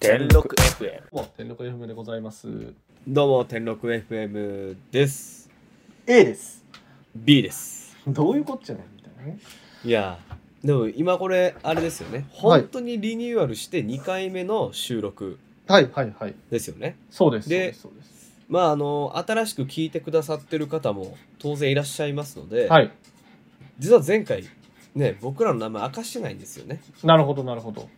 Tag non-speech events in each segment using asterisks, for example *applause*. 天禄 FM どうも天禄 FM でございます。どうも天禄 FM です。 A です。 B です。どういうこっちゃねみたいなね。いやーでも今これあれですよね。はい本当にリニューアルして2回目の収録はいはいはい。ですよね。そうです。でそうです。まああの新しく聞いてくださってる方も当然いらっしゃいますので、はい。実は前回ね僕らの名前明かしてないんですよね。なるほどなるほど。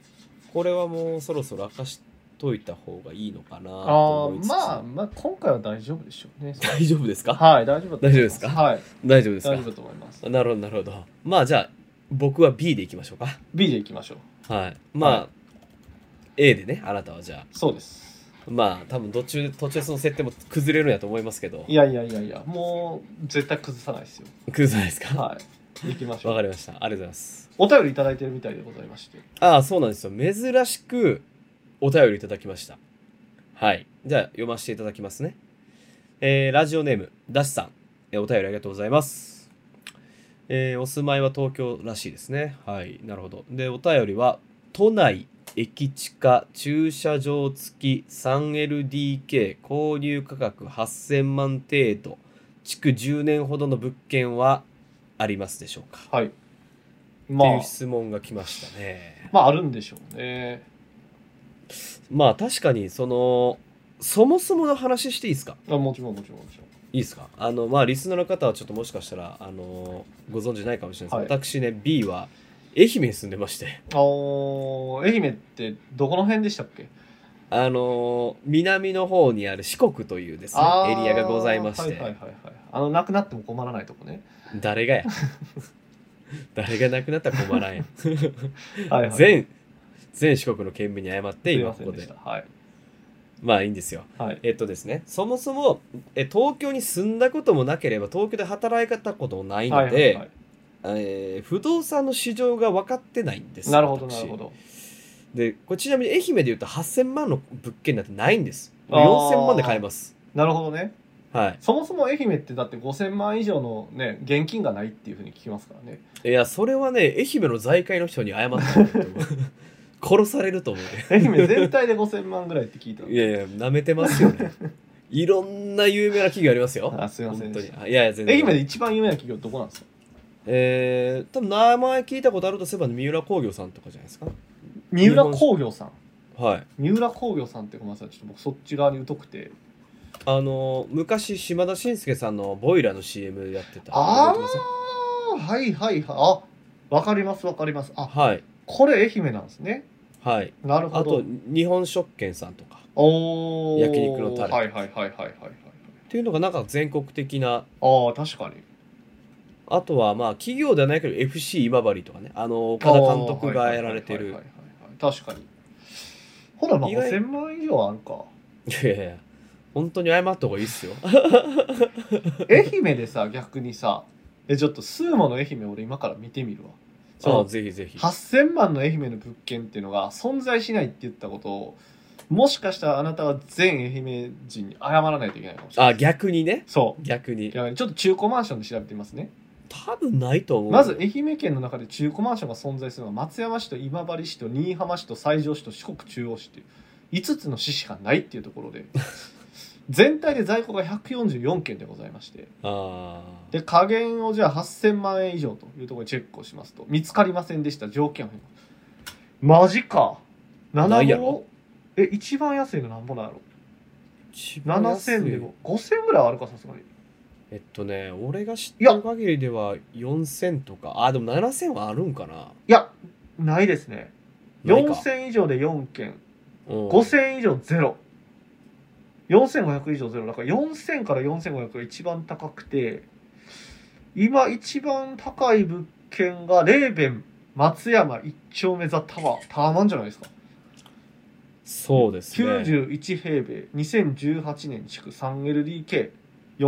これはもうそろそろ明かしといた方がいいのかなとああ思いつーつまあまあ今回は大丈夫でしょうね。大丈夫ですか？はい大丈夫だと思いま。大丈夫ですかはい大丈夫です大丈夫だか？と思います。なるほどなるほど。まあじゃあ僕は B でいきましょうか。 B でいきましょう。はい。まあ、は A でね、あなたはじゃそうです。あ、まあ、多分途中、途中その設定も崩れるんやと思いますけどい、やいやいやいやもう絶対崩さないですよ。崩さないですかわ、はい。行きましょかう。りました。ありがとうございます。お便りいただいてるみたいでございまして。ああ、そうなんですよ。珍しくお便りいただきました。はい。じゃあ、読ませていただきますね。えーラジオネーム、ダシさん。えーお便りありがとうございます。えーお住まいは東京らしいですね。はい。なるほど。で、お便りは、都内駅地下駐車場付き 3LDK 購入価格8000万程度、築10年ほどの物件はありますでしょうか、はい。まあっていう質問が来ましたね。まああるんでしょうね。まあ確かにそのそもそもの話していいですかあもちろんもちろんもちろん。いいですかあのまあリスナーの方はちょっともしかしたらあのご存知ないかもしれないです、は私ね B は愛媛に住んでましてあー愛媛ってどこの辺でしたっけあの南の方にある四国というですねあエーリアがございまして、はいはいはいはい、あのなくなっても困らないとこね、誰がや *laughs* 誰が亡くなったら困らん *laughs* やんはいはい、全全四国の県民に謝ってすい今まこせんこででしたはい、まあいいんですよはい、えっとですねそもそもえ東京に住んだこともなければ東京で働いたこともないので、はいはいはいえー不動産の市場が分かってないんですなるほど私なるほどでこれちなみに愛媛でいうと8000万の物件なんてないんですあー4000万で買えますなるほどねはそもそも愛媛ってだって5000万以上のね現金がないっていうふうに聞きますからねいいやそれはね愛媛の財界の人に謝った方がいいと *laughs* 思う殺されると思う愛媛全体で5000万ぐらいって聞いたねいやいやなめてますよねいろんな有名な企業ありますよあすいませ本ん当でにしたあいやいや全愛媛然で一番有名な企業どこなんですかえー、多分名前聞いたことあるとすれば三浦工業さんとかじゃないですか三浦工業さんはい三浦工業さんってごめんなさいちょっと僕そっち側に疎くてあの昔島田紳介さんのボイラーの CM やってたあ覚えてますあはいはいはいあわかりますわかりますあはいこれ愛媛なんですねはいなるほあどと日本食券さんとかおー焼肉のタレはいはいはいはいはいはいっていうのがなんか全国的なああ確かにあとはまあ企業ではないけど FC 今治とかねあの岡田監督がやられてあーるはいはいはいはいはい確かにほらまあ意外5000万以上ある *laughs* か *laughs* いやいやいや本当に謝った方がいいっす *laughs* よ愛媛でさ逆にさえちょっとスーモの愛媛俺今から見てみるわあそあうぜひぜひ8000万の愛媛の物件っていうのが存在しないって言ったことをもしかしたらあなたは全愛媛人に謝らないといけないかもしれないあ逆にねそう逆にいやちょっと中古マンションで調べてみますね多分ないと思うまず愛媛県の中で中古マンションが存在するのは松山市と今治市と新居浜市と西条市と四国中央市っていう5つの市しかないっていうところで *laughs* 全体で在庫が144件でございましてあーで加減をじゃあ8000万円以上というところにチェックをしますと見つかりませんでした条件を変更マジかないや7ろ号え一番安いのなんぼなんやろ一番安い7000でも5000ぐらいはあるかさすがにえっとね俺が知ってる限りでは4000とかあでも7000はあるんかないやないですねないか4000以上で4件うん5000以上ゼロ4500以上ゼロだから4000から4500が一番高くて今一番高い物件がレーベン松山一丁目ザタワータワマンじゃないですかそうですね91平米2018年築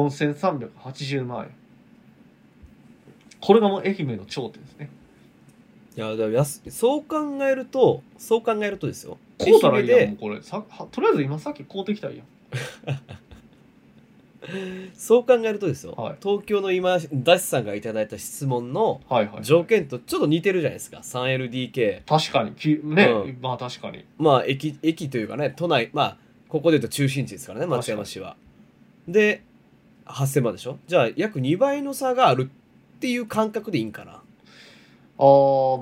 3LDK4380 万円これがもう愛媛の頂点ですねいやだから安そう考えるとそう考えるとですよこうたらいい愛や媛んもうこれさはとりあえず今さっき買うてきたらいいやんそう考えるとですよ、はい東京の今ダシさんがいただいた質問のはいはい。条件とちょっと似てるじゃないですか 3LDK 確かに、きね、うんまあ確かに。まあ駅駅というかね都内まあここで言うと中心地ですからね松山市はで8000万でしょじゃあ約2倍の差があるっていう感覚でいいんかなああ、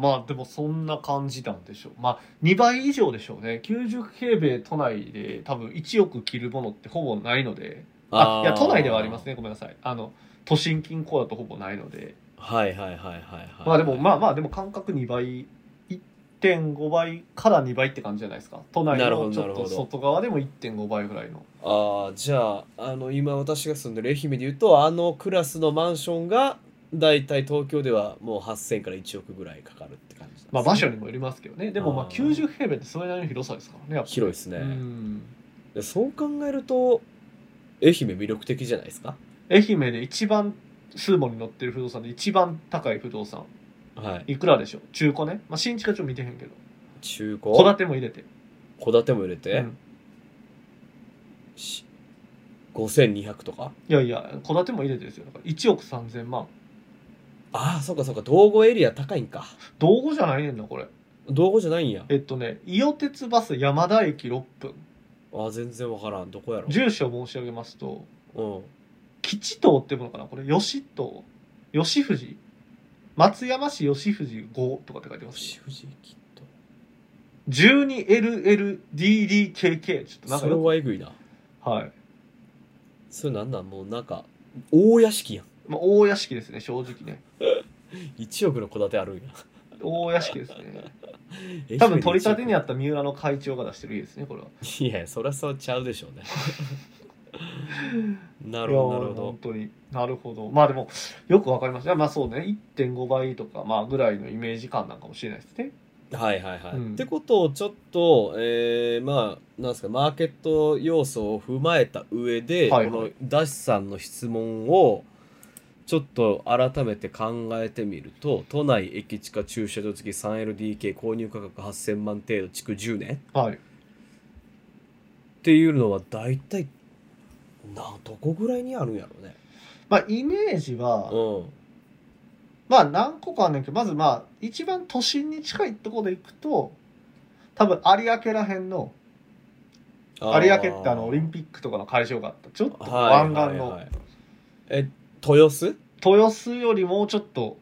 まあでもそんな感じなんでしょう。まあ2倍以上でしょうね。90平米都内で多分1億切るものってほぼないので。あいや、都内ではありますねね。ごめんなさい。あの、都心近郊だとほぼないので。はいはいはいはいはいまあでも、まあまあ、でも感覚2倍、1.5倍から2倍って感じじゃないですか。都内なるほどのちなょるっほとど外側でも1.5倍ぐらいの。ああじゃああの今私が住んでる愛媛で言うとあのクラスのマンションがだいたい東京ではもう8000から1億ぐらいかかるって感じなんですねまあ場所にもよりますけどね。でもまああー90平米ってそれなりの広さですからね、やっぱり広いですねうん。でそう考えると愛媛魅力的じゃないですか愛媛で一番数本に乗ってる不動産で一番高い不動産はいいくらでしょう中古ね、まあ、新築はちょっと見てへんけど中古戸建ても入れて、戸建ても入れて、うんし5200とかいやいや戸建ても入れてですよだから1億3000万ああそうかそうか道後エリア高いんか道後じゃないねんなこれ道後じゃないんやえっとね伊予鉄バス山田駅6分あー全然わからんどこやろ住所を申し上げますとうん吉東ってものかなこれ吉東吉藤松山市吉藤5とかって書いてます吉藤きっと 12LLDDKK ちょっとなんそれかよはえぐいなくはい、それなんなんもうなんか大屋敷やんまあ、大屋敷ですね正直ね1億の戸建てあるんや大屋敷ですね多分取り立てにあはった三浦の会長が出してる家ですねこれはいやそりゃそうちゃうでしょう *laughs* ねなるほどいなやーるほど本当になるほどまあでもよくわかりましたまあそうね1.5倍とかまあぐらいのイメージ感なんかもしれないですねはいはいはい。うんってことをちょっと、えーまあなんですかマーケット要素を踏まえた上で、はいはいこのダシさんの質問をちょっと改めて考えてみると都内駅地下駐車場付き 3LDK 購入価格8000万程度築10年はいっていうのは大体などこぐらいにあるんやろうね。まあイメージは、うまあ何個かあんねんけどまずまあ一番都心に近いところで行くと多分有明らへんのん。有明ってあのオリンピピックとかの会場があったちょっとッ湾岸の、え豊洲豊洲よりもうちょっと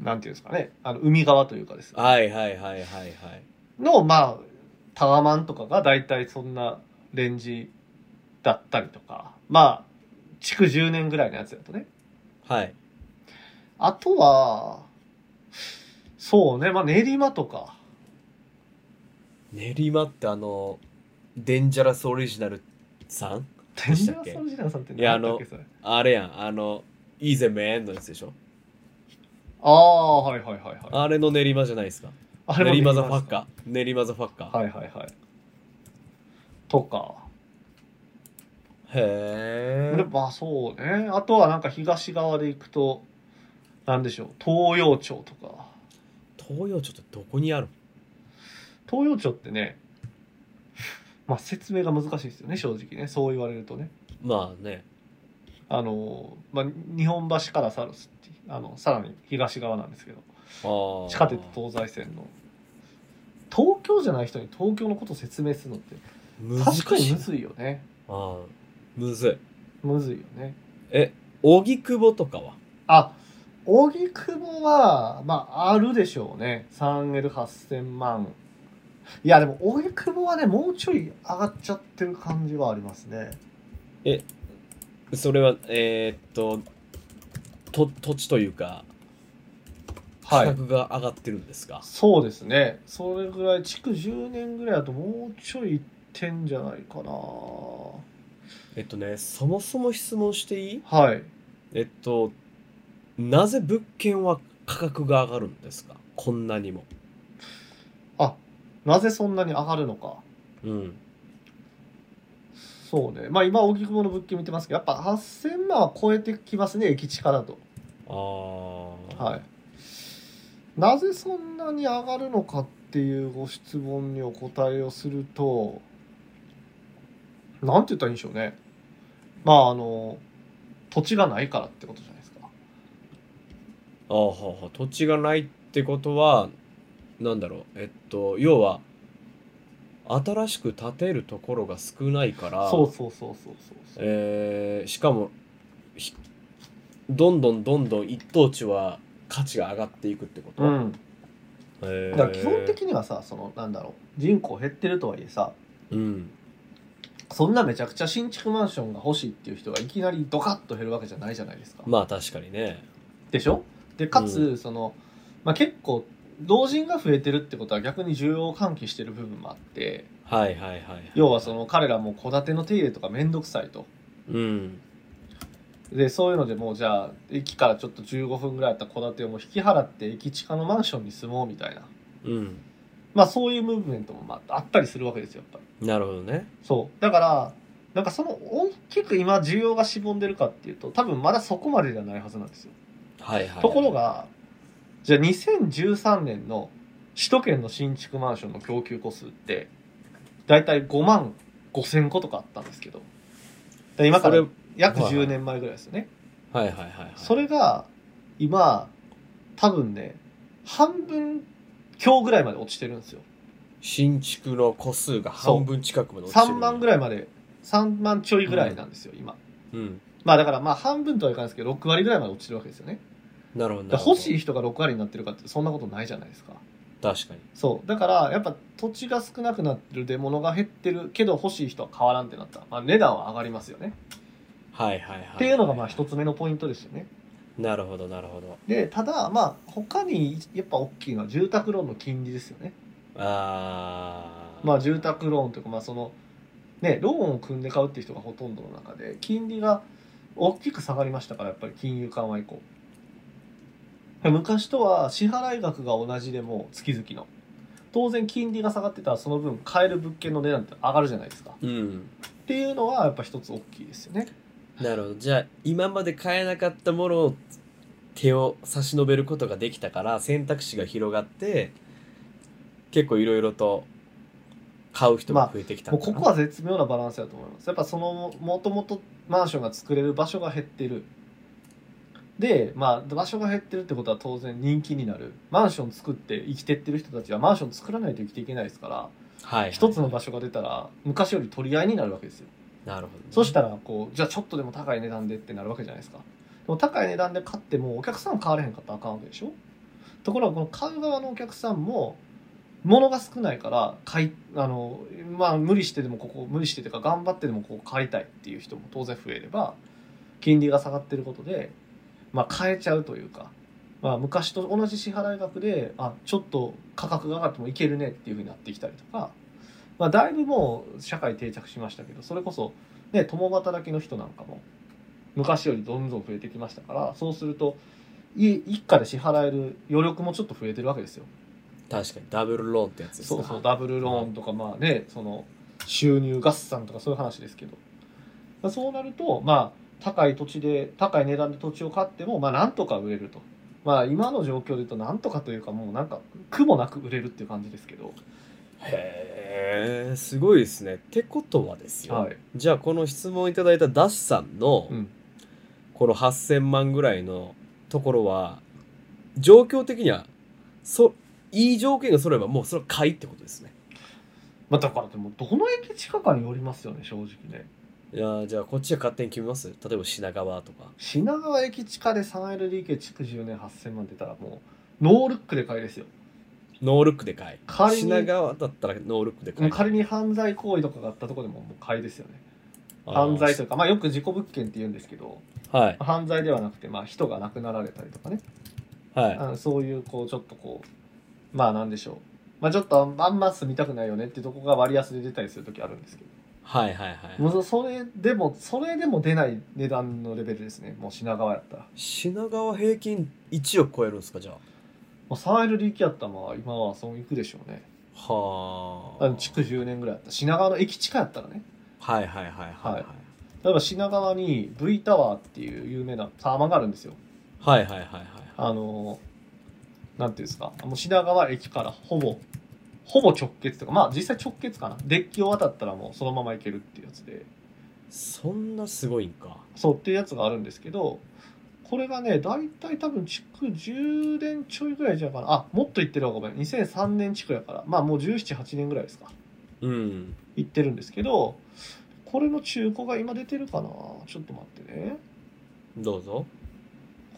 なんていうんですかねあの海側というかですねはいはいはいはいはい。の、まあ、タワマンとかが大体そんなレンジだったりとか、まあ、築10年ぐらいのやつだとね。はい。あとは、そうね、まあ練馬とか、練馬ってあのデンジャラスオリジナルさん天で井したさっけん時代さんっていや何だっけそれ。あれやんあのイーゼメンのやつでしょああ、はいはいはいはい。あれの練馬じゃないですかあ練馬ザフファッカー練馬ザファッカー、はいはいはい。とか。へでまあそうね。あとはなんか東側で行くと、なんでしょう、東洋町とか。え東洋町ってどこにある東洋町ってね、まあ、説明が難しいですよね正直ねそう言われるとねまあねあの、まあ、日本橋からサルスっていうあのさらに東側なんですけどああ地下鉄東西線の東京じゃない人に東京のことを説明するのって難しい確かにむずいよねああむずいむずいよねえ荻窪とかはあ荻窪はまああるでしょうね 3L8000 万いやでも荻窪はねもうちょい上がっちゃってる感じはありますねそれはえーっとと土地というか価格が上がってるんですか、そうですね。それぐらい、築10年ぐらいだともうちょいいってんじゃないかな。はえっとねそもそも質問していいい。えっと、なぜ物件は価格が上がるんですかこんなにも。あ、なぜそんなに上がるのか。うん。そうね。まあ今、荻窪の物件見てますけど、やっぱ8000万は超えてきますね、駅地下だと。ああ。はい。なぜそんなに上がるのかっていうご質問にお答えをすると、なんて言ったらいいんでしょうね。まああの土地がないからってことじゃないですかああはあはあ土地がないってことはなんだろうえっと要は新しく建てるところが少ないからそうそうそうそうそうえーしかもひどんどんどんどん一等地は価値が上がっていくってこと、うん、えーだから基本的にはさそのなんだろう人口減ってるとはいえさうんそんなめちゃくちゃ新築マンションが欲しいっていう人がいきなりドカッと減るわけじゃないじゃないですか、まあ確かにねでしょでかつ、うその、まあ、結構老人が増えてるってことは逆に需要を喚起してる部分もあってはいはいはいはい要はその彼らも戸建ての手入れとか面倒くさいとうんでそういうのでもうじゃあ駅からちょっと15分ぐらいあった戸建てをもう引き払って駅近のマンションに住もうみたいなうんまあそういうムーブメントもまああったりするわけですよやっぱりなるほどねそうだからなんかその大きく今需要がしぼんでるかっていうと多分まだそこまでじゃないはずなんですよはいはいところがじゃあ2013年の首都圏の新築マンションの供給個数ってだいたい5万5千個とかあったんですけどだから今かそれら約はいはい10年前ぐらいですよねはいはいはいはいそれが今多分ね半分強ぐらいまで落ちてるんですよ新築の個数がそう半分近くまで落ちてる3万ぐらいまで3万ちょいぐらいなんですよ、今うんまあだからまあ半分とはいかないですけど6割ぐらいまで落ちてるわけですよねなるほどだから欲しいい人が6割になってるかってそんなことないじゃないですか確かにそうだからやっぱ土地が少なくなってるで物が減ってるけど欲しい人は変わらんってなったら、まあ、値段は上がりますよね、はいはいはいっていうのがまあ一つ目のポイントですよねなるほどなるほどでただまあ他にやっぱ大きいのは住宅ローンの金利ですよねああまあ住宅ローンというかまあそのねローンを組んで買うっていう人がほとんどの中で金利が大きく下がりましたからやっぱり金融緩和以降昔とは支払い額が同じでも月々の当然金利が下がってたらその分買える物件の値段って上がるじゃないですかうんっていうのはやっぱ一つ大きいですよねなるほどじゃあ今まで買えなかったものを手を差し伸べることができたから選択肢が広がって結構いろいろと買う人が増えてきたものうかこなこは絶妙なバランスだと思いますやっぱそのもともとマンションが作れる場所が減ってるでまあ場所が減ってるってことは当然人気になるマンション作って生きてってる人たちはマンション作らないと生きていけないですからはいはい一つの場所が出たら昔より取り合いになるわけですよなるほどね、そしたらこうじゃあちょっとでも高い値段でってなるわけじゃないですかでも高い値段で買ってもお客さん買われへんかったらあかんわけでしょところがこの買う側のお客さんも物が少ないから買いあのまあ無理してでもここ無理してというか頑張ってでもここ買いたいっていう人も当然増えれば金利が下がってることでまあ買えちゃうというか、まあ、昔と同じ支払い額であちょっと価格が上がってもいけるねっていうふうになってきたりとか、まあ、だいぶもう社会定着しましたけどそれこそね、共働きの人なんかも昔よりどんどん増えてきましたからそうするとい一家で支払える余力もちょっと増えてるわけですよ。確かにダブルローンってやつですかそうそうダブルローンとかまあねその収入合算とかそういう話ですけどまあそうなるとまあ高い土地で高い値段で土地を買ってもまあなんとか売れるとまあ今の状況で言うとなんとかというかもうなんか苦もなく売れるっていう感じですけど、へえすごいですねってことはですよ、はいじゃあこの質問いただいたダッシュさんのうん、この8,000万ぐらいのところは状況的にはそいい条件が揃えばもうそれは買いってことですねまあだからでもどの駅近かによりますよね正直ね。いやーじゃあこっちは勝手に決めます例えば品川とか品川駅地下で 3LDK 築10年8000万出たらもうノールックで買いですよノールックで買い仮に品川だったらノールックで買い仮に犯罪行為とかがあったとこでももう買いですよねあー犯罪というかまあよく事故物件って言うんですけどはい犯罪ではなくてまあ人が亡くなられたりとかね、はいあのそういうこうちょっとこうまあなんでしょうまあちょっとあんま住みたくないよねってとこが割安で出たりする時あるんですけはいはいどはいもうそれでもそれでも出ない値段のレベルですねもう品川やったらも品川平均1億超えるんですかじゃあう 3LDK やったらまあ今はそういくでしょうねはああの築10年ぐらいあった品川の駅近やったらねはいはいはいはいはい例えば品川に V タワーっていう有名なタワマンがあるんですよはいはいはいはいあのなんていうんですかもう品川駅からほぼほぼ直結とかまあ実際直結かなデッキを渡ったらもうそのまま行けるっていうやつでそんなすごいんか。そうっていうやつがあるんですけど、これがね、大体多分築10年ちょいぐらいじゃないかな。あ、もっと行ってるわ、ごめん。2003年築やから。まあもう17、8年ぐらいですか。うん。行ってるんですけど、これの中古が今出てるかなちょっと待ってね。どうぞ。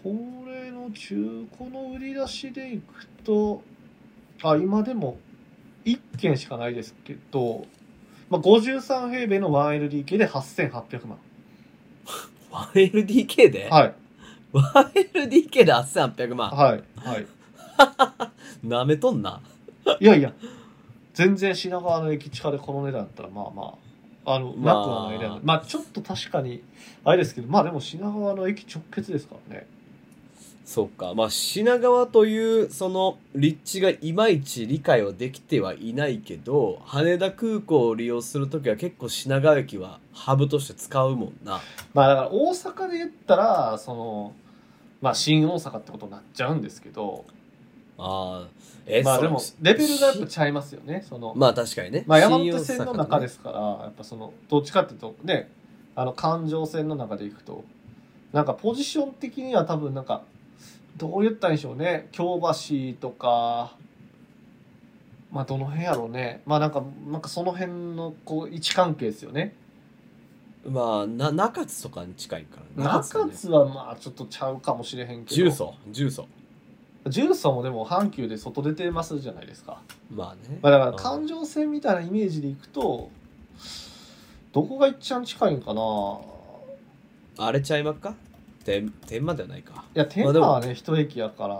これの中古の売り出しでいくと、あ、今でも1軒しかないですけど、まあ、53平米の 1LDK で8800万。 1LDK で、はい。 ?1LDK で8800万。はい。はい。なめとんな。いやいや、全然品川の駅近でこの値段だったら、まあまあ、あの、まあなくはない値段。まあ、ちょっと確かに、あれですけど、まあでも品川の駅直結ですからね。そうか。まあ、品川という、その、立地がいまいち理解はできてはいないけど、羽田空港を利用するときは結構品川駅はハブとして使うもんな。まあだから大阪で言ったら、その、まあ新大阪ってことになっちゃうんですけど、ああ、え、まあそでれも、レベルがやっぱちゃいますよね。その、まあ確かにね。まあ山新手大阪線とのね中ですから、やっぱその、どっちかっていうと、ね、あの、環状線の中でいくと、なんかポジション的には多分なんか、どう言ったんでしょうね、京橋とか、まあどの辺やろうね。まあなんか、なんかその辺のこう位置関係ですよね。まあ、な中津とかに近いから中ね津はまあちょっとちゃうかもしれへんけど。重曹、重曹。重曹もでも阪急で外出てますじゃないですか。まあね。まあ、だから環状線みたいなイメージでいくと、どこが一番近いんかなああれちゃいまっか天、天満ではないか。いや、天満はね、一駅やから。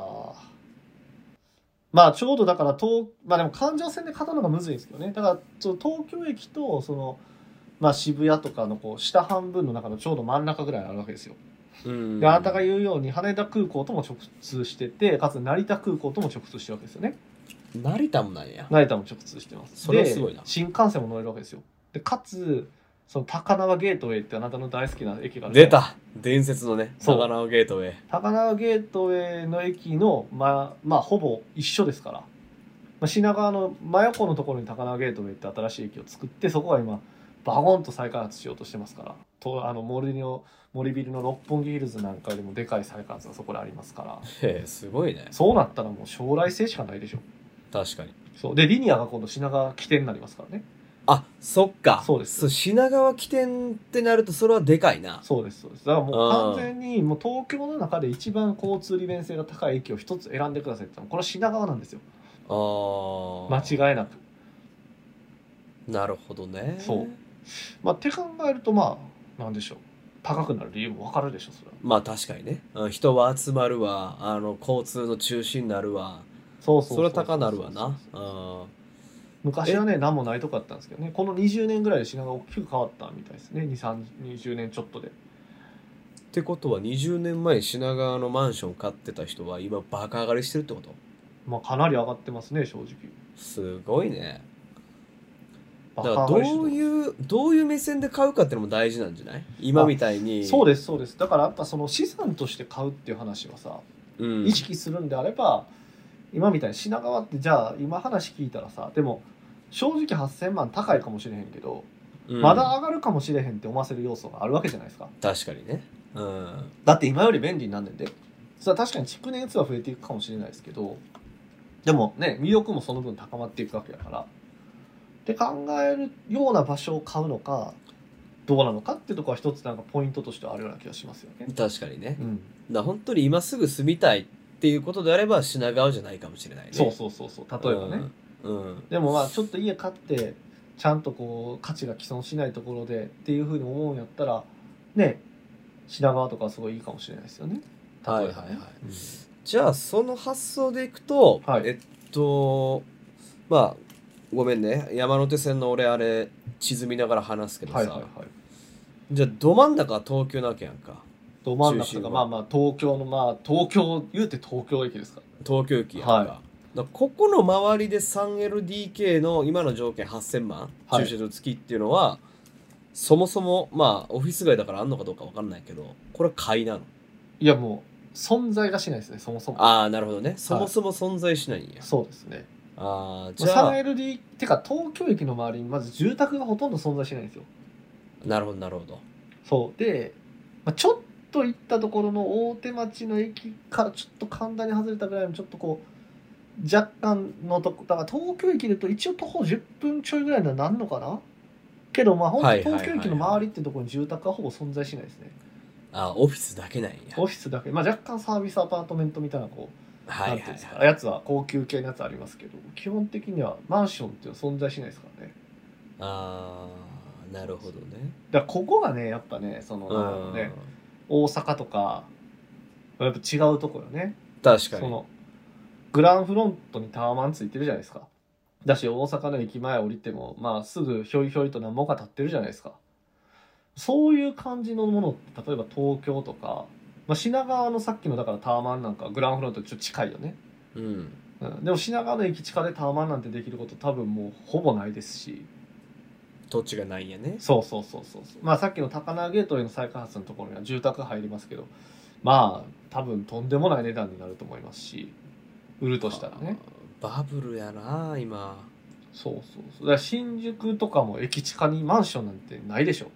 まあ、ちょうどだから、東、まあでも環状線で勝たのがむずいんですけどね。だから、ちょ東京駅と、その、まあ渋谷とかのこう、下半分の中のちょうど真ん中ぐらいにあるわけですよ。うん。で、あなたが言うように、羽田空港とも直通してて、かつ成田空港とも直通してるわけですよね。成田もなんや。成田も直通してます。それはですごいな新幹線も乗れるわけですよ。で、かつ、その高輪ゲートウェイってあなたの大好きな駅があるじ出ゃない。た伝説のね、そう高輪ゲートウェイ。高輪ゲートウェイの駅の、まあ、まあ、ほぼ一緒ですから。まあ、品川の真横のところに高輪ゲートウェイって新しい駅を作って、そこが今、バゴンと再開発しようとしてますから。と、あの、森の、森ビルの六本木ヒルズなんかよりもでかい再開発がそこでありますから。へえ、すごいね。そうなったらもう将来性しかないでしょ。確かに。そう。で、リニアが今度品川起点になりますからね。あ、そっか。そうです品川起点ってなると、それはでかいな。そうですそうですだからもあーう完全にもう東京の中で一番交通利便性が高い駅を一つ選んでくださいって言ったのこれは品川なんですよああ。間違いなくなるほどね。そうまあって考えるとまあなんでしょう高くなる理由もわかるでしょそれはまあ確かにね。うん人は集まるわ。あの、交通の中心になるわ。そうそれは高なるわな。うん。昔はね何もないとこだったんですけどねこの20年ぐらいで品川大きく変わったみたいですね20年ちょっとでってことは20年前品川のマンション買ってた人は今バカ上がりしてるってことまあかなり上がってますね正直すごいねだバからカど上がりしてますういうどういう目線で買うかってのも大事なんじゃない今みたいにそうでですそうですだからやっぱその資産として買うっていう話はさす、うん、意識するんであれば今みたいに品川ってじゃあ今話聞いたらさでも正直8,000万高いかもしれへんけど、うんまだ上がるかもしれへんって思わせる要素があるわけじゃないですか確かにねうんだって今より便利になんねんでそれは確かに築年数は増えていくかもしれないですけどでもね魅力もその分高まっていくわけだからって考えるような場所を買うのかどうなのかっていうところは一つなんかポイントとしてはあるような気がしますよね。確かにねうんだから本当に今すぐ住みたいっていうことであれば品川じゃないかもしれないねそうそうそうそう例えばね、うん、うんでもまあちょっと家買ってちゃんとこう価値が既存しないところでっていうふうに思うんやったらね品川とかはすごいいいかもしれないですよね。はいはい例えばはねいじゃあその発想でいくと、はいえっとまあごめんね山手線の俺あれ地図見ながら話すけどさ、はいはいはい。じゃあど真ん中は東京なわけやんかど真ん中中と心かはまあまあ東京のまあ東京言うて東京駅ですか東京駅やんか,、はいだからここの周りで 3LDK の今の条件8000万、はい駐車場付きっていうのはそもそもまあオフィス街だからあんのかどうかわかんないけどこれ買いなのいやもう存在がしないですねそもそも。ああなるほどねそもそも存在しないんや、そうですね。ああじゃあ、 3LD ってか東京駅の周りにまず住宅がほとんど存在しないんですよ。なるほど、なるほど。そうで、まあ、ちょっと行ったところの大手町の駅からちょっと神田に外れたぐらいのちょっとこう若干のとこだから東京駅で言うと一応徒歩10分ちょいぐらいにはなんのかなけどまあ本は当いはいはいはい東京駅の周りってところに住宅はほぼ存在しないですねあ、オフィスだけなんや。オフィスだけ、まあ、若干サービスアパートメントみたいなこうはないはんいていうんですかはい。やつは高級系のやつありますけど基本的にはマンションっていうのは存在しないですからねあー、なるほどね。だからここがねやっぱねそのなんだろうねうん大阪とかやっぱ違うとこよね確かそに。のグランフロントにタワマンついてるじゃないですかだし大阪の駅前降りてもまあすぐひょいひょいと何もが立ってるじゃないですかそういう感じのものって例えば東京とか、まあ、品川のさっきのだからタワマンなんかグランフロントちょっと近いよね、うん。うん、でも品川の駅近でタワマンなんてできること多分もうほぼないですし土地がないんやね。そうそうそうそうそうまあさっきの高輪ゲートウェイの再開発のところには住宅入りますけどまあ多分とんでもない値段になると思いますし売るとしたらねあー。バブルやな、今。そうそうそうだから新宿とかも駅地下にマンションなんてないでしょ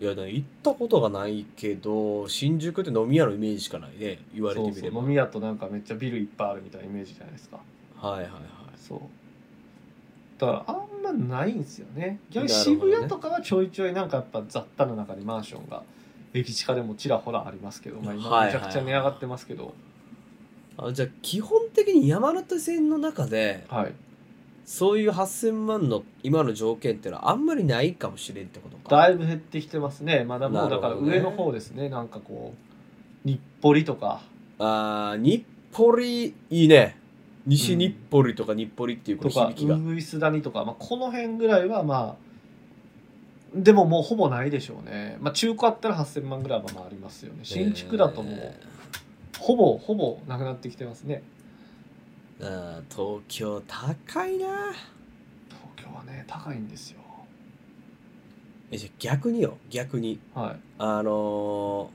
いや、でも行ったことがないけど、新宿って飲み屋のイメージしかないね。言われてそうみそうれば。飲み屋となんかめっちゃビルいっぱいあるみたいなイメージじゃないですかはいはいはい。そうだからあんまないんですよね逆になるほどね渋谷とかはちょいちょいなんかやっぱ雑多な中にマンションが駅地下でもちらほらありますけど、まあ、は今いめはいちゃくちゃ値上がってますけどあじゃあ基本的に山手線の中ではいそういう8000万の今の条件ってのはあんまりないかもしれんってことかだいぶ減ってきてますねまだもうなるほだからどね上の方ですねなんかこう日暮里とかあー日暮里いいね西日暮里とか日暮里っていうことのか響きが、ウイス谷とか、まあ、この辺ぐらいはまあでももうほぼないでしょうね、まあ、中古あったら8000万ぐらいはまあありますよね新築だともうえほぼほぼなくなってきてますねーあー東京高いな東京はね高いんですよえじゃあ逆によ逆にはいあのー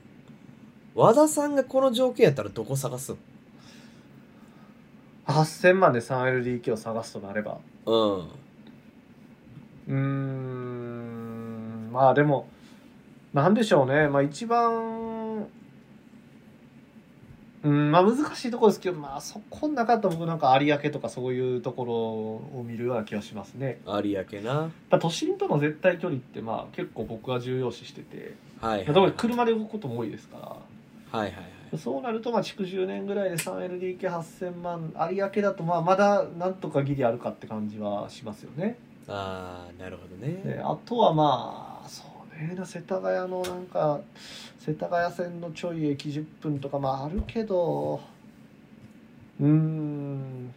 和田さんがこの条件やったらどこ探す8000万で 3LDK を探すとなればうんうーんまあでもなんでしょうねまあ一番うんまあ難しいところですけどまあそこの中だと僕なんか有明とかそういうところを見るような気がしますね。有明なはいだから都心との絶対距離ってまあ結構僕は重要視しててはい特に車で動くことも多いですから。はいはいはいそうなるとまあ築10年ぐらいで 3LDK8000 万有明だとまあまだなんとかギリあるかって感じはしますよね。ああなるほどねであとはまあそうね世田谷のなんか世田谷線のちょい駅10分とかまああるけどうーん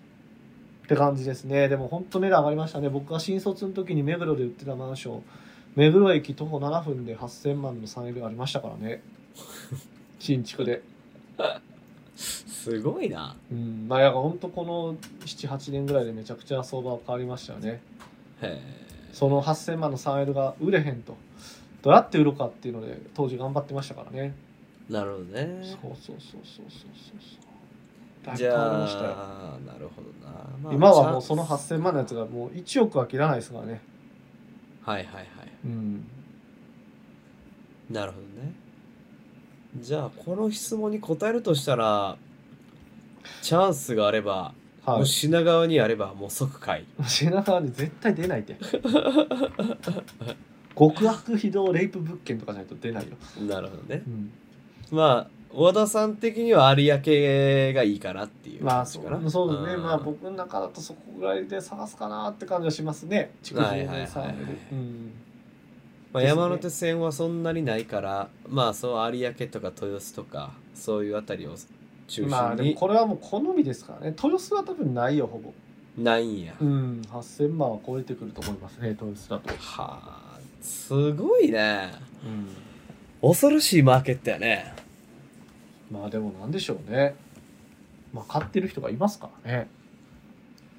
って感じですねでも本当値段上がりましたね僕が新卒の時に目黒で売ってたマンション目黒駅徒歩7分で8000万の 3L ありましたからね新築ですごいなうんまあやっぱ本当この78年ぐらいでめちゃくちゃ相場は変わりましたよねへえその8000万の 3L が売れへんとどうやって売ろうかっていうので当時頑張ってましたからねなるほどねそうそうそうそうそうそうだいぶじ変ゃわりましたよあなるほどな、まあ今はもうそのチャンス8000万のやつがもう1億は切らないですからねはいはいはいうんなるほどねじゃあこの質問に答えるとしたらチャンスがあれば、はもうい品川にあればもう即買い品川に絶対出ないって *laughs* 極悪非道レイプ物件とかじゃないと出ないよ、なるほどねうん、まあ和田さん的には有明がいいかなっていうま感あそじうかな、そうですね、んまあ僕の中だとそこぐらいで探すかなって感じはしますね築地はいはいはいのサービスうんまあ、ですね山手線はそんなにないから、まあそう有明とか豊洲とかそういうあたりを中ま心あでもにこれはもう好みですからね豊洲は多分ないよほぼないんや、うん8000万は超えてくると思いますね豊洲だと、はあすごいねうん、恐ろしいマーケットやねまあでもなんでしょうねまあ買ってる人がいますからね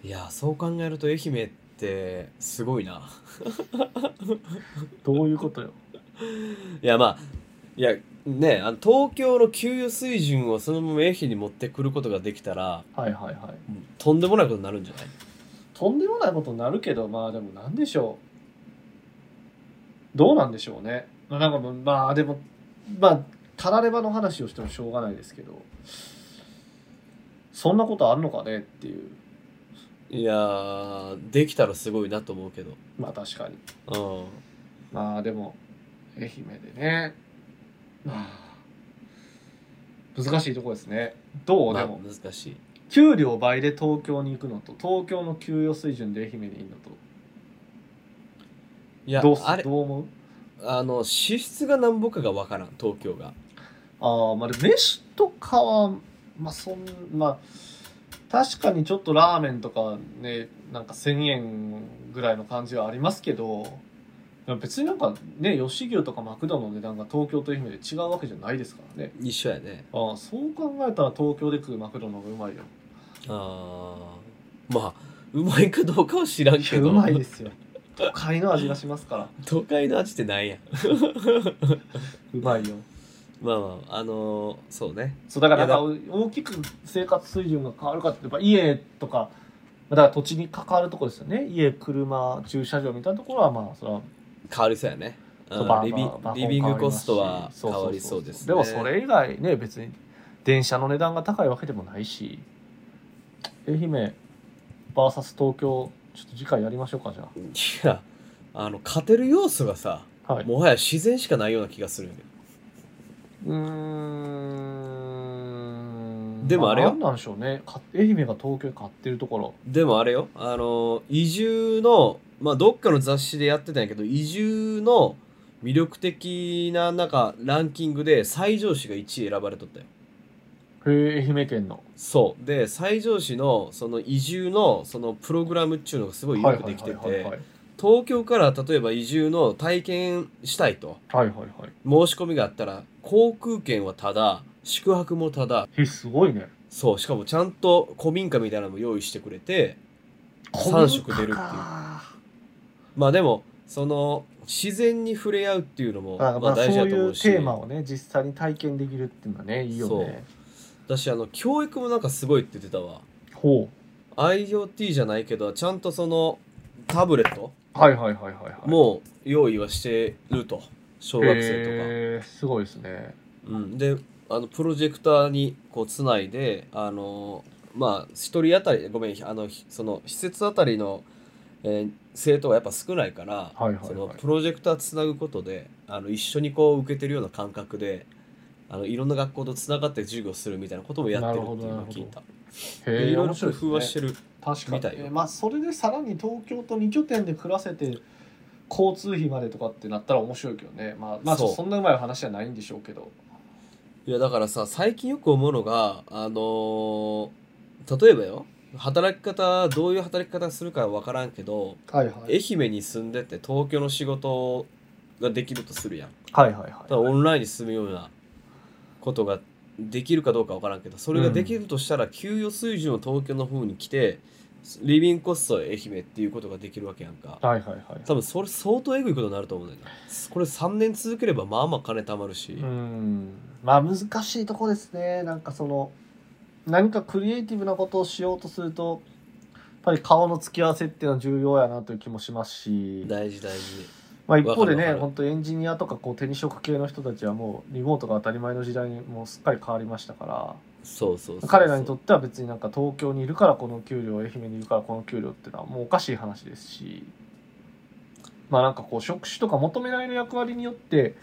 いやそう考えると愛媛ってすごいなどういうことよいやまあいやねあの東京の給与水準をそのまま愛媛に持ってくることができたらはいはいはいとんでもないことになるんじゃないとんでもないことになるけどまあでもなんでしょうどうなんでしょうね。まあなんかもうまあでも、まあ、たらればの話をしてもしょうがないですけど、そんなことあんのかねっていう。いやーできたらすごいなと思うけどまあ確かに。うんまあでも、愛媛でね。まあ、難しいとこですね。どうまあでも。難しい給料倍で東京に行くのと、東京の給与水準で愛媛にいるのと、いやどうすあれどう思うあの支出がなんぼかがわからん東京がああ、まあでも飯とかは、まあそん、まあ、確かにちょっとラーメンとかね、なんか1000円ぐらいの感じはありますけど、でも別になんかね、吉牛とかマクドの値段が東京と愛媛で違うわけじゃないですからね。一緒やねああ、そう考えたら東京で食うマクドの方がうまいよ。あーまあうまいかどうかは知らんいけやどうまいですよ。都会の味がしますから。都会の味ってなんやうまいよ。まあまああのーそうねそう、だからいやだなんか大きく生活水準が変わるかって、やっぱ家とか、だから土地に関わるところですよね。家、車、駐車場みたいなところは、まあ、それは変わりそうやねうんバーリビバーバーリビン変グわりコますスしトは変わりそうですねでもそれ以外ね、別に電車の値段が高いわけでもないし、愛媛 VS 東京、ちょっと次回やりましょうか、じゃいやあの勝てる要素がさあ。はい。もはや自然しかないような気がするんやけどうーんでもあれよまなんなんでしょうねか愛媛が東京に買ってるところでもあれよあの移住のまあどっかの雑誌でやってたんやけど移住の魅力的ななんかランキングで最上市が1位選ばれとったよへえ愛媛県のそうで最上市のその移住のそのプログラムっていうのがすごいよくできてはいはいはて東京から例えば移住の体験したいといはいはいはいはいはい申し込みがあったら航空券はただ宿泊もただえすごいねそうしかもちゃんと古民家みたいなのも用意してくれて三色出るっていうこんなかまあでもその自然に触れ合うっていうのもあままああ大事そだういと思ううしテーマをね実際に体験できるっていうのはねいいよね私あの教育もなんかすごいって言ってたわほ IoT じゃないけどちゃんとそのタブレットうはいはいはいはいはいも用意はしてると小学生へえすごいですねとか、うん、であのプロジェクターにこうつないであのまあ一人当たりごめんあのひその施設あたりの、えー生徒がやっぱ少ないから、はいはいはいそのプロジェクターつなぐことであの一緒にこう受けてるような感覚であのいろんな学校とつながって授業するみたいなこともやってるっていうのを聞いたでへえいろいろ工夫はしてるる、確かみたいによえまあそれでさらに東京と2拠点で暮らせて交通費までとかってなったら面白いけどねまあまあそうそんなうまい話じゃないんでしょうけどいやだからさ最近よく思うのがあのー例えばよ働き方どういう働き方するかわからんけどはいはい愛媛に住んでて東京の仕事ができるとするやんはいはいただはオンラインに進むようなことができるかどうかわからんけどそれができるとしたら給与水準を東京の方に来てリビングコストは愛媛っていうことができるわけやんかいはいはいはい多分それ相当えぐいことになると思うんだよねこれ3年続ければまあまあ金貯まるし、うんまあ難しいとこですねなんかその何かクリエイティブなことをしようとするとやっぱり顔の付き合わせっていうのは重要やなという気もしますし、大事大事まあ、一方でわかるわかねる本当エンジニアとかこう手に職系の人たちはもうリモートが当たり前の時代にもうすっかり変わりましたからそうそうそうそう彼らにとっては別になんか東京にいるからこの給料愛媛にいるからこの給料っていうのはもうおかしい話ですしまあなんかこう職種とか求められる役割によって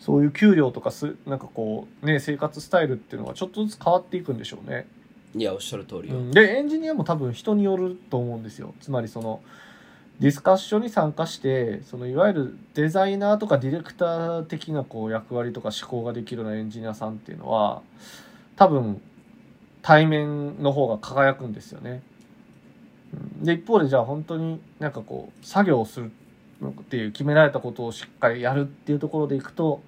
そういう給料とかすなんかこうね生活スタイルっていうのがちょっとずつ変わっていくんでしょうね。いやおっしゃる通りよ、でエンジニアも多分人によると思うんですよつまりそのディスカッションに参加してそのいわゆるデザイナーとかディレクター的なこう役割とか思考ができるようなエンジニアさんっていうのは多分対面の方が輝くんですよね。うんで一方でじゃあ本当になんかこう作業をするっていう決められたことをしっかりやるっていうところでいくと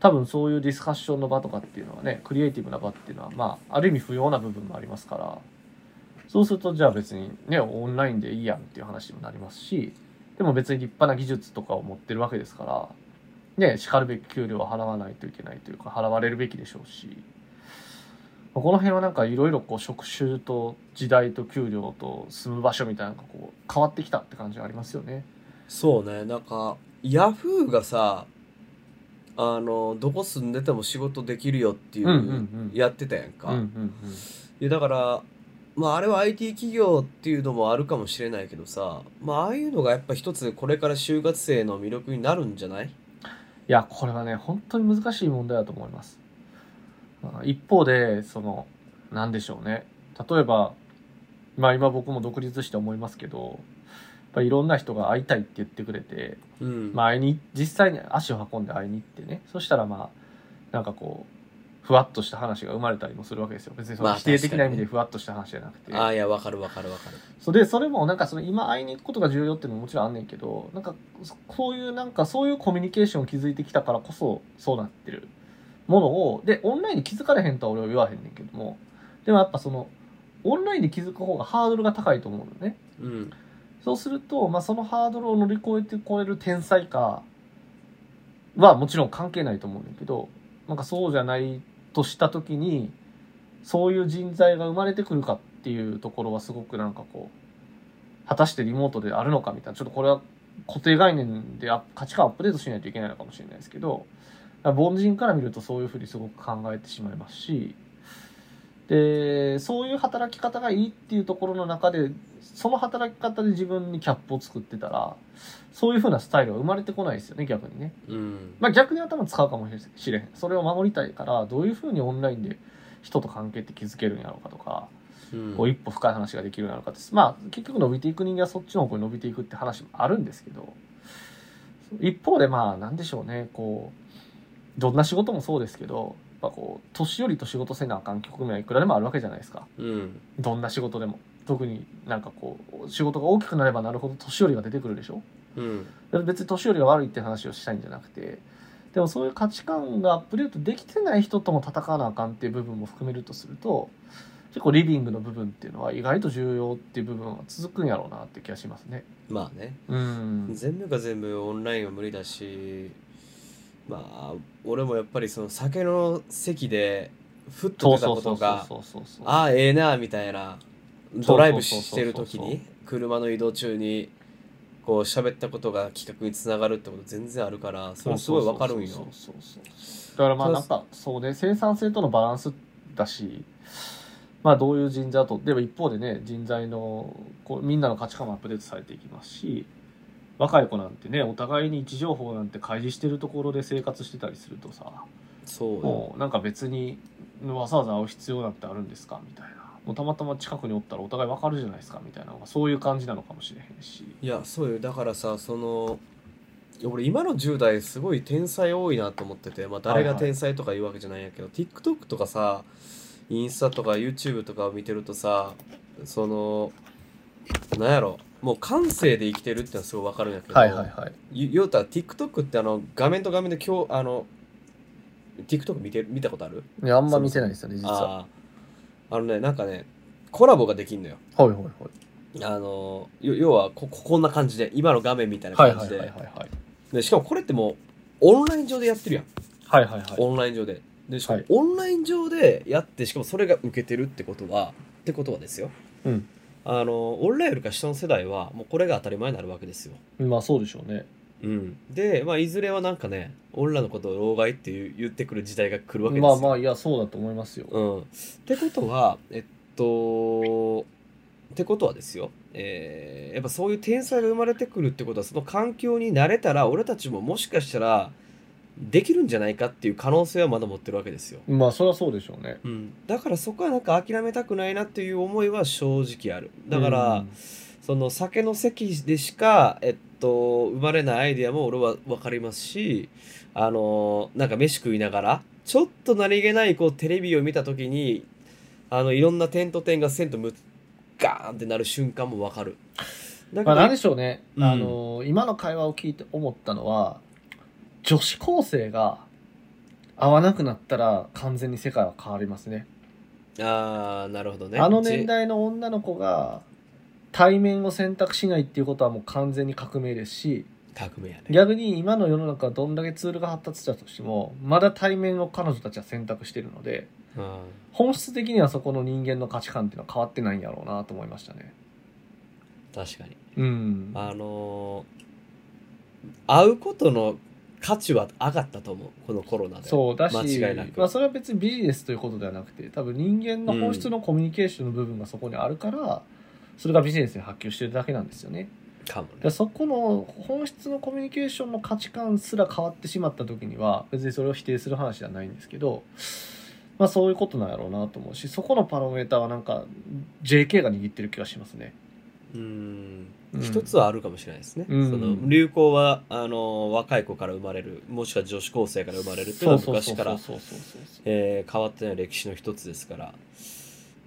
多分そういうディスカッションの場とかっていうのはねクリエイティブな場っていうのはまあある意味不要な部分もありますからそうするとじゃあ別にねオンラインでいいやんっていう話にもなりますしでも別に立派な技術とかを持ってるわけですからねしかるべき給料は払わないといけないというか払われるべきでしょうしまあこの辺はなんかいろいろこう職種と時代と給料と住む場所みたいなのがこう変わってきたって感じがありますよね。そうねなんかヤフーがさあのどこ住んでても仕事できるよっていう、うんうんうんやってたやんか、うんうんいやだからまああれは IT 企業っていうのもあるかもしれないけどさまあああいうのがやっぱ一つこれから就活生の魅力になるんじゃないいや、これはね、本当に難しい問題だと思います。あ一方で、その、なんでしょうね。例えば、まあ今僕も独立して思いますけど、やっぱりいろんな人が会いたいって言ってくれて、うんまあ会いに、実際に足を運んで会いに行ってね。そしたらまあ、なんかこう、ふわっとした話が生まれたりもするわけですよ。別にそのまあ否定的な意確か味にでねふわっとした話じゃなくて。ああいやわかるわかるわかるそうでそれもなんかその今会いに行くことが重要っていうのももちろんあんねんけどなんかそこういうなんかそういうコミュニケーションを築いてきたからこそそうなってるものをでオンラインで気づかれへんとは俺は言わへんねんけどもでもやっぱそのオンラインで気づく方がハードルが高いと思うのねうんそうすると、まあ、そのハードルを乗り越えて超える天才かはもちろん関係ないと思うんだけどなんかそうじゃないとした時にそういう人材が生まれてくるかっていうところはすごくなんかこう果たしてリモートであるのかみたいなちょっとこれは固定概念であ価値観をアップデートしないといけないのかもしれないですけど凡人から見るとそういうふうにすごく考えてしまいますしでそういう働き方がいいっていうところの中でその働き方で自分にキャップを作ってたらそういうふうなスタイルは生まれてこないですよね逆にね。うんまあ、逆に頭使うかもしれへんそれを守りたいからどういうふうにオンラインで人と関係って築けるんやろうかとか、うんこう一歩深い話ができるようになるかですまあ結局伸びていく人間はそっちの方向に伸びていくって話もあるんですけど一方でまあなんでしょうねこうどんな仕事もそうですけどやっぱこう年寄りと仕事せなあかん局面はいくらでもあるわけじゃないですかうんどんな仕事でも特になんかこう仕事が大きくなればなるほど年寄りが出てくるでしょうん別に年寄りが悪いって話をしたいんじゃなくてでもそういう価値観がアップデートできてない人とも戦わなあかんっていう部分も含めるとすると結構リビングの部分っていうのは意外と重要っていう部分は続くんやろうなって気がしますね。まあねうん全部が全部オンラインは無理だしまあ俺もやっぱりその酒の席でふっとそう出たこそうそとうそうがそうそうそうああええなみたいなうドライブしてるそ時うそうそうに車の移動中にこう喋ったことが企画につながるってこと全然あるからそれすごいわかるんそうよ。そうそうそうだからまあそうなんかそうね生産性とのバランスだしまあどういう人材とでも一方でね人材のこうみんなの価値観もアップデートされていきますし若い子なんてねお互いに位置情報なんて開示してるところで生活してたりするとさそうよもうなんか別にわざわざ会う必要なんてあるんですかみたいなもうたまたま近くにおったらお互いわかるじゃないですかみたいなのがそういう感じなのかもしれへんし。いやそうよだからさそのいや俺今の10代すごい天才多いなと思ってて、まあ、誰が天才とか言うわけじゃないんやけど、TikTok とかさインスタとか YouTube とかを見てるとさそのなんやろもう感性で生きてるってのはすごいわかるんやけど、はい。ゆ言うたら TikTok ってあの画面と画面で今日あの TikTok 見て見たことあるいやあんま見てないですよねあーあのねなんかねコラボができんのよはいはいはい。あのよ要はこここんな感じで今の画面みたいな感じで,、はいはいでしかもこれってもうオンライン上でやってるやん、はいはいはいオンライン上ででしかもはいオンライン上でやってしかもそれが受けてるってことはってことはですよ、うんあの俺らよりか下の世代はもうこれが当たり前になるわけですよまあそうでしょうねうん、で、まあ、いずれはなんかね俺らのことを老害っていう言ってくる時代が来るわけですまあよ。まあいやそうだと思いますよ、うん、ってことはえっとってことはですよ、えーやっぱそういう天才が生まれてくるってことはその環境に慣れたら俺たちももしかしたらできるんじゃないかっていう可能性はまだ持ってるわけですよ。まあそれはそうでしょうねうん、だからそこはなんか諦めたくないなっていう思いは正直ある。だから、うんその酒の席でしか、えっと、生まれないアイディアも俺は分かりますし、あの、なんか飯食いながら、ちょっと何気ないこうテレビを見た時に、あの、いろんな点と点が線とむガーンってなる瞬間も分かる。だまかあら、何でしょうね、うんあの今の会話を聞いて思ったのは女子高生が会わなくなったら完全に世界は変わりますねあーなるほどね。あの年代の女の子が対面を選択しないっていうことはもう完全に革命ですし革命やね。逆に今の世の中はどんだけツールが発達したとしてもまだ対面を彼女たちは選択してるのでうん本質的にはそこの人間の価値観っていうのは変わってないんやろうなと思いましたね。確かに。うん。あのー会うことの価値は上がったと思うこのコロナでそうだし間違いなくまあ、それは別にビジネスということではなくて多分人間の本質のコミュニケーションの部分がそこにあるから、それがビジネスに波及してるだけなんですよねかもだからねそこの本質のコミュニケーションの価値観すら変わってしまった時には別にそれを否定する話じゃないんですけど、まあ、そういうことなんやろうなと思うしそこのパロメーターはなんか JK が握ってる気がしますね。うんうん一つはあるかもしれないですね、うんその流行はあの若い子から生まれるもしくは女子高生から生まれるっていうのは昔からそうそうそうそうえー変わってない歴史の一つですから。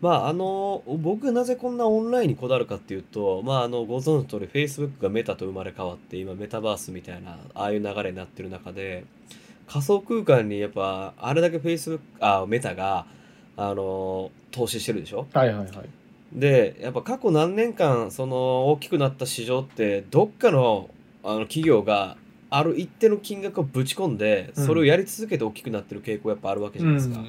まあ、あの僕なぜこんなオンラインにこだわるかっていうと、まあ、あのご存知の通り Facebook がメタと生まれ変わって今メタバースみたいなああいう流れになってる中で仮想空間にやっぱあれだけ Facebook あメタがあの投資してるでしょはいはいはい。でやっぱ過去何年間その大きくなった市場ってどっかのあの企業がある一定の金額をぶち込んでうんそれをやり続けて大きくなってる傾向やっぱあるわけじゃないですか。っ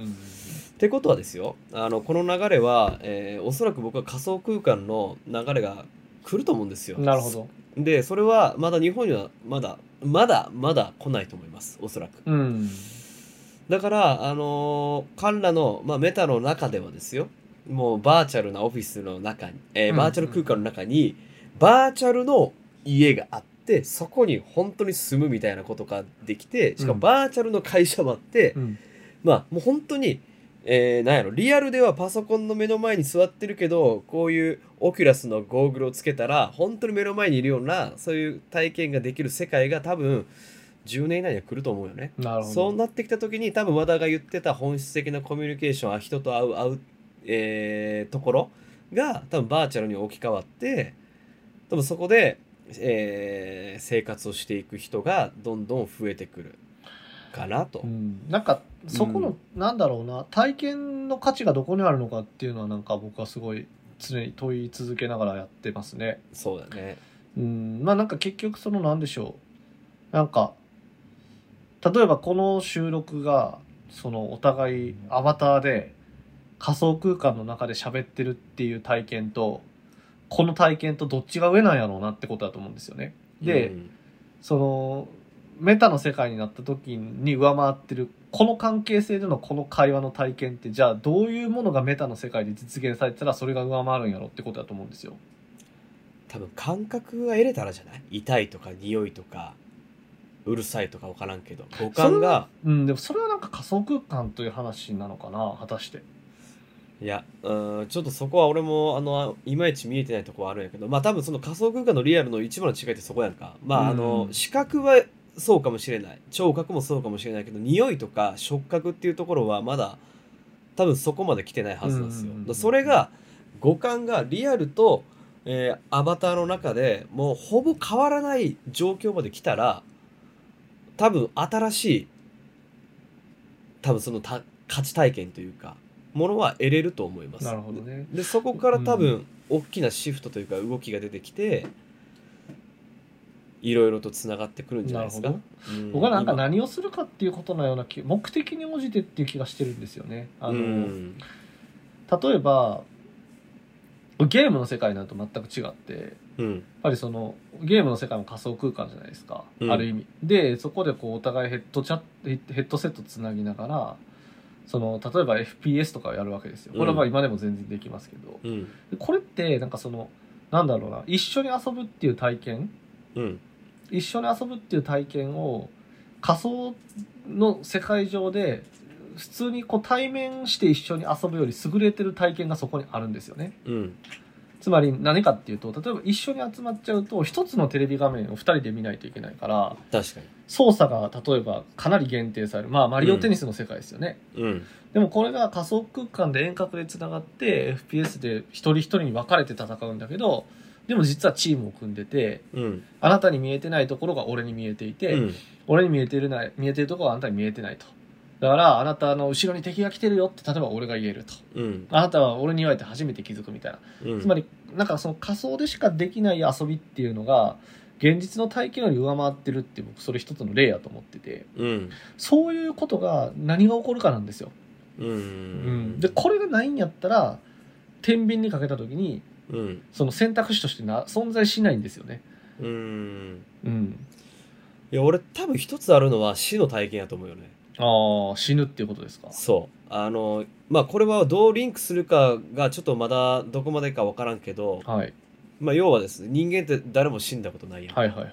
てことはですよあのこの流れは、えーおそらく僕は仮想空間の流れが来ると思うんですよ。なるほど。でそれはまだ日本にはまだまだまだ来ないと思いますおそらく。うん。だから、あのー彼らの、まあ、メタの中ではですよもうバーチャルなオフィスの中に、えーうんバーチャル空間の中にバーチャルの家があってそこに本当に住むみたいなことができてしかうんもバーチャルの会社もあって、うん。まあもう本当に、えーなんやろリアルではパソコンの目の前に座ってるけどこういうオキュラスのゴーグルをつけたら本当に目の前にいるようなそういう体験ができる世界が多分10年以内には来ると思うよね。なるほど。そうなってきた時に多分和田が言ってた本質的なコミュニケーションあ人と会う会う、えーところが多分バーチャルに置き換わって多分そこで、えー生活をしていく人がどんどん増えてくるかなと。うん、なんかそこの、なんだろうな体験の価値がどこにあるのかっていうのはなんか僕はすごい常に問い続けながらやってますね。そうだね。うん、まあなんか結局そのなんでしょうなんか例えばこの収録がそのお互いアバターで仮想空間の中で喋ってるっていう体験とこの体験とどっちが上なんやろうなってことだと思うんですよね。で、うんそのメタの世界になった時に上回ってるこの関係性でのこの会話の体験ってじゃあどういうものがメタの世界で実現されてたらそれが上回るんやろってことだと思うんですよ。多分感覚が得れたらじゃない痛いとか匂いとかうるさいとか分からんけど五感がうん、でもそれはなんか仮想空間という話なのかな果たして。いやうーんちょっとそこは俺もあのいまいち見えてないとこはあるんやけどまあ多分その仮想空間のリアルの一番の違いってそこやんかまああの、うん視覚はそうかもしれない聴覚もそうかもしれないけど匂いとか触覚っていうところはまだ多分そこまで来てないはずなんですよ。うんうんうんうんだからそれが五感がリアルと、えーアバターの中でもうほぼ変わらない状況まで来たら多分新しい多分そのた価値体験というかものは得れると思います。なるほどね。でそこから多う分大きなシフトというか動きが出てきていろいろとつながってくるんじゃないですか。なるうん僕はなんか今何をするかっていうことのような気目的に応じてっていう気がしてるんですよね。あの、うん例えばゲームの世界になると全く違ってうんやっぱりそのゲームの世界も仮想空間じゃないですか、うんある意味でそこでこうお互いヘッドチャヘッヘッドセットつなぎながらその例えば FPS とかをやるわけですよこれはまあうん今でも全然できますけど、うんでこれってなんかそのなんだろうな一緒に遊ぶっていう体験うん一緒に遊ぶっていう体験を仮想の世界上で普通にこう対面して一緒に遊ぶより優れてる体験がそこにあるんですよね。うんつまり何かっていうと例えば一緒に集まっちゃうと一つのテレビ画面を二人で見ないといけないから確か操作が例えばかなり限定されるまあマリオテニスの世界ですよね、に。うんでもこれが仮想空間で遠隔でつながって FPS で一人一人に分かれて戦うんだけどでも実はチームを組んでてうんあなたに見えてないところが俺に見えていて、うん俺に見えてるない見えてるところはあなたに見えてないとだからあなたの後ろに敵が来てるよって例えば俺が言えるとうんあなたは俺に言われて初めて気づくみたいなうんつまりなんかその仮想でしかできない遊びっていうのが現実の体験より上回ってるって僕それ一つの例やと思っててうんそういうことが何が起こるかなんですよ。うんうん、でこれがないんやったら天秤にかけた時にうんその選択肢としてな存在しないんですよね。うんうん、いや、俺多分一つあるのは死の体験やと思うよね。ああ、死ぬっていうことですか。そう。あの、まあこれはどうリンクするかがちょっとまだどこまでかわからんけど、はい。まあ要はですね、人間って誰も死んだことないやん。はいはいはい。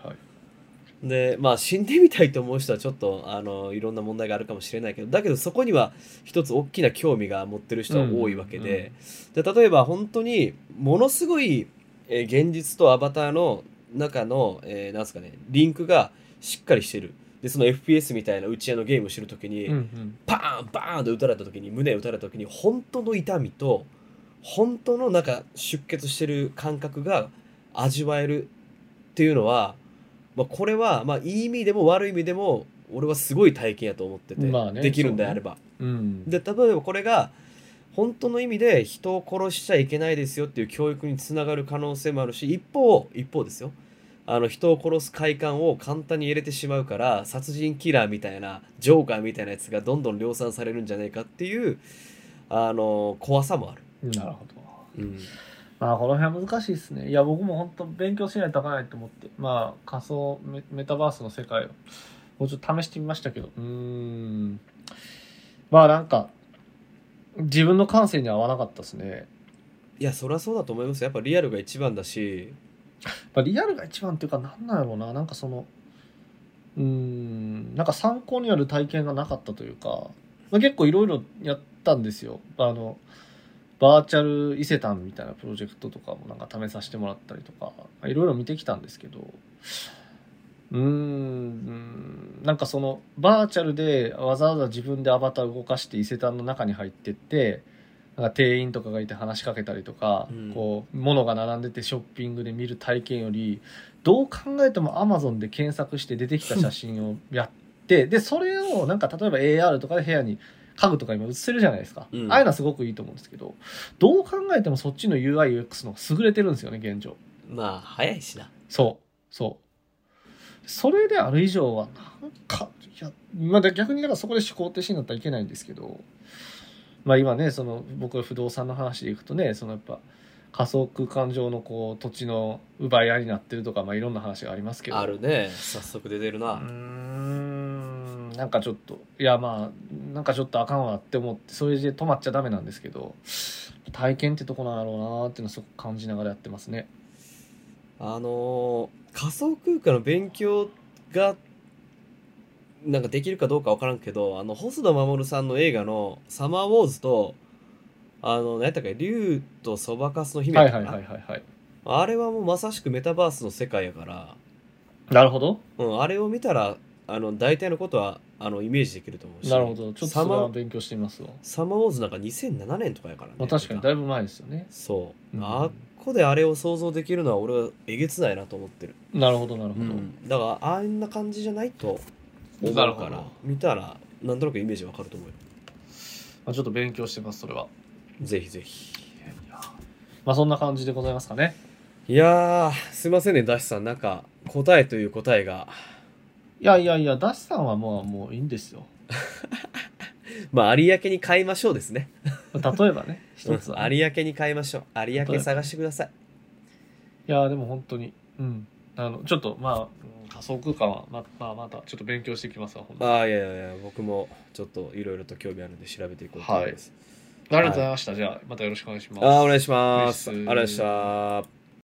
で、まあ死んでみたいと思う人はちょっと、あの、いろんな問題があるかもしれないけど、だけどそこには一つ大きな興味が持ってる人は多いわけで、で例えば本当にものすごい、えー現実とアバターの中の、えーなんすかね、リンクがしっかりしてる。で、その FPS みたいな打ち合いのゲームをしてるときに、うんうん。パーンバーンと打たれた時に胸打たれた時に本当の痛みと本当のなんか出血してる感覚が味わえるっていうのは、まあ、これはまあいい意味でも悪い意味でも俺はすごい体験やと思ってて、まあねできるんであれば。うん。で例えばこれが本当の意味で人を殺しちゃいけないですよっていう教育につながる可能性もあるし一方一方ですよあの人を殺す快感を簡単に入れてしまうから殺人キラーみたいなジョーカーみたいなやつがどんどん量産されるんじゃないかっていうあの怖さもある、なるほど。まあ、この辺は難しいですね。いや、僕も本当勉強しないとあかんないと思って、まあ、仮想メメタバースの世界を、もうちょっと試してみましたけど、うーん。まあ、なんか、自分の感性には合わなかったですね。いやそりゃそうだと思いますよやっぱリアルが一番だしまあ、リアルが一番っていうか、なんなんやろうな、なんかその、うーん、なんか参考になる体験がなかったというか、まあ、結構いろいろやったんですよ。あの、バーチャル伊勢丹みたいなプロジェクトとかもなんか試させてもらったりとか、いろいろ見てきたんですけど、うーん、なんかその、バーチャルでわざわざ自分でアバター動かして伊勢丹の中に入ってって、なんか店員とかがいて話しかけたりとか、うんこう、物が並んでてショッピングで見る体験より、どう考えても Amazon で検索して出てきた写真をやって、で、それをなんか例えば AR とかで部屋に家具とか今映せるじゃないですか、うんああいうのはすごくいいと思うんですけどどう考えてもそっちの UIUX の方が優れてるんですよね現状まあ早いしなそうそうそれである以上はなんかいや、まあ、で逆にだからそこで思考停止になったらいけないんですけどまあ今ねその僕が不動産の話でいくとねそのやっぱ仮想空間上のこう土地の奪い合いになってるとか、まあ、いろんな話がありますけどあるね早速出てるな、うーんなんかちょっといやまあなんかちょっとあかんわって思ってそれで止まっちゃダメなんですけど体験ってとこなんだろうなーっていうのをすごく感じながらやってますねあのー仮想空間の勉強がなんかできるかどうかわからんけどあの細田守さんの映画の「サマーウォーズ」とあの何やったっけ「竜とそばかすの姫」はやっいたかはいなはいはいはいあれはもうまさしくメタバースの世界やから、なるほどうん、あれを見たらあの大体のことはあのイメージできると思うしなるほどちょっとサそれマはー勉強してみますわ、サマーウォーズなんか2007年とかやからねまあ、確かにだいぶ前ですよねそう、うんあっこであれを想像できるのは俺はえげつないなと思ってるなるほどなるほうど、ん、だからあんな感じじゃないと思うなかるほどら見たらなんとなくイメージわかると思うよまあ、ちょっと勉強してますそれはぜひぜひまあそんな感じでございますかねいやーすいませんねダシさんなんか答えという答えがいやいやいやダシさんはもうもういいんですよまあ有明に買いましょうですね例えばね一つはね、有明に買いましょう有明探してくださいいやーでも本当にうんあのちょっとまあうん仮想空間はままあまたちょっと勉強していきますわほんとああいやいやいや僕もちょっといろいろと興味あるんで調べていこうと思います、ありがとうございました。じゃあ、またよろしくお願いします。ああお願いしますあおり願いしがまとうござすいました